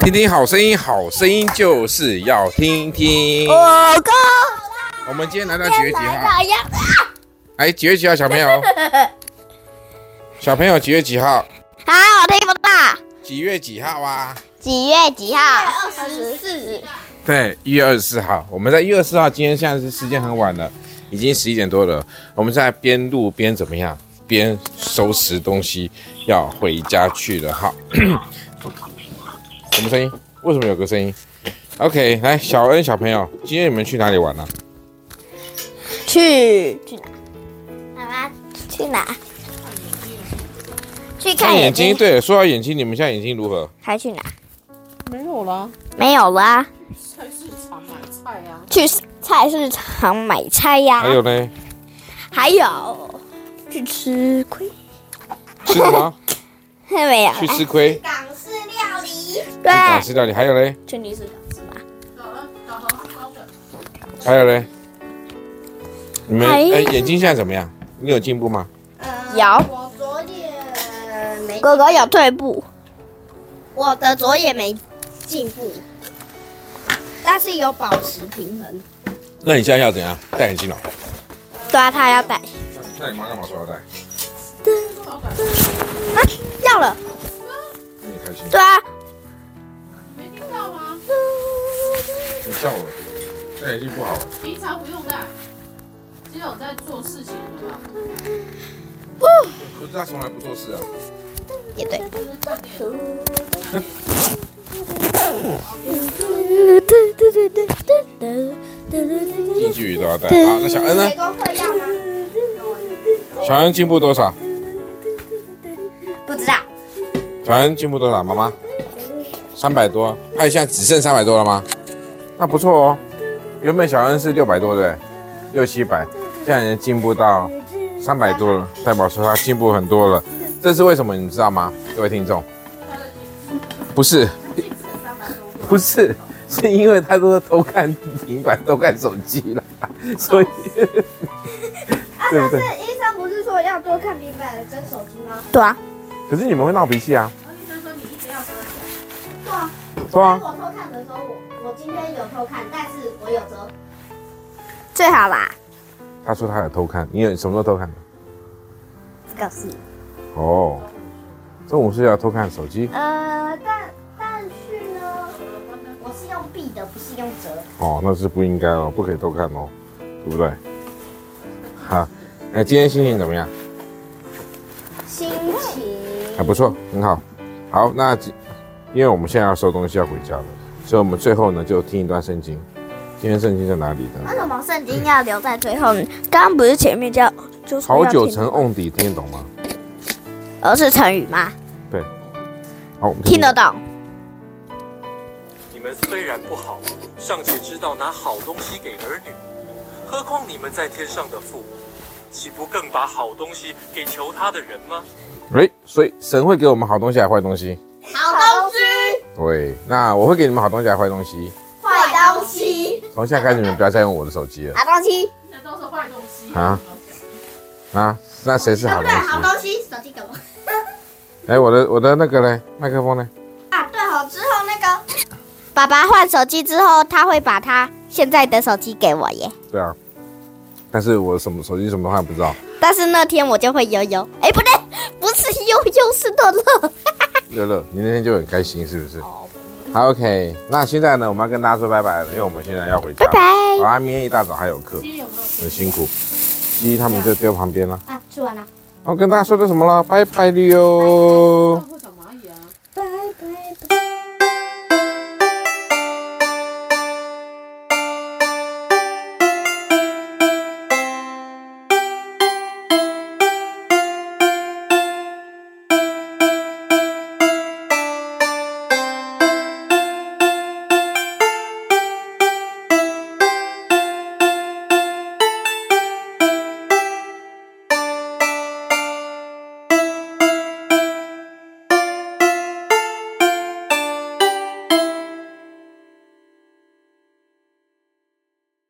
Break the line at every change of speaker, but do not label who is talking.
听听好声音，好声音就是要听听。
我哥，
我们今天来到几月几
来
号？
了呀！
哎，几月几号？小朋友，小朋友几月几号？
啊，我听不到。
几月几号啊？
几月几号？二十四。
对，一月二十四号。我们在一月二十四号，今天现在是时间很晚了，已经十一点多了。我们在边录边怎么样？边收拾东西要回家去了。好， 什么声音？为什么有个声音？OK，来，小恩小朋友，今天你们去哪里玩了、啊
去去哪？妈妈去哪？去
看
看
眼
眼
睛，
睛，
对，说到眼睛，你们现在眼睛如何？
还去哪？
没有啦，
没有啦，
菜市场买菜呀、啊。
去菜市场买菜呀
还。有呢？
还有，去吃亏。
吃什 么？
没有啦。啊
去吃亏？
港式料理，
对，
啊，吃到你。还有呢？
去你市场是吧？
还有呢？你们
哎
哎，眼睛现在怎么样？你有进步吗？
呃
有
我左眼没，
哥哥有退步，
我的左眼没进步，但是有保持平衡。
那你现在要怎样？戴眼镜了？
对啊，他要带。
那你妈干嘛说要戴？
啊，掉了。
你开心？
对啊，
没啊听到吗？
你笑我？戴眼镜不好。
平常不用戴，只有在做事情的话，
可是他从来不做事啊。
哦也对。
就是看电视。
近距离都要戴。好，那小恩呢
结？功会要吗？
小恩进步多少？
不知道，
小恩进步多少？妈妈？三百多。哎，现在只剩三百多了吗？那不错哦。原本小恩是六百多，对不对？六七百，现在已经进步到三百多了，代表说他进步很多了。这是为什么，你知道吗，各位听众？不是，不是，是因为他都是偷看平板、偷看手机 了，所以对不对？
啊是医生不是说要多看平板跟手机吗？
对啊，
可是你们会闹脾气啊，
然后医生说你一直要喝酒，
对啊，
是
我
吗？
偷看的时候，我我今天有偷看，但是我有折。
最好啦。
他说他有偷看，你有什么时候偷看的？
不告诉你。
哦，中午睡觉偷看手机
呃，但但是呢，我是用闭的，不是用折。
哦，那是不应该哦，不可以偷看哦，对不对？好，哎，今天心情怎么样？
心情
还不错，很好。好，那今因为我们现在要收东西要回家了，所以我们最后呢就听一段圣经。今天圣经在哪里呢？
为什么圣经要留在最后呢？刚刚不是前面叫就是
好久成瓮底，听得懂吗？
而是成语吗？
好，我们
听得懂。
你们虽然不好，尚且知道拿好东西给儿女，何况你们在天上的父，岂不更把好东西给求他的人吗？
哎，所以神会给我们好东西还是坏东西？
好东西，
对，那我会给你们好东西还是坏东西？
坏东西，
从现在开始你们不要再用我的手机了
好东西，
那都是坏东西
啊啊！那谁是
对
好
不
东
对？
西
好？东西，手机给我。
哎，我的我的那个嘞，麦克风呢？
啊，对好，之后那个
爸爸换手机之后，他会把他现在的手机给我耶。
对啊，但是我什么手机什么话不知道，
但是那天我就会悠悠，哎，不对，不是悠悠，是乐乐。
乐乐，你那天就很开心是不是？好，OK，那现在呢，我们要跟大家说拜拜了，因为我们现在要回家
拜
了。
拜。
好啊，明天一大早还有课，
今天有没有？
很辛苦。鸡他们就丢旁边了。
啊，吃完了。
我、跟大家说的什么了？拜拜了哟。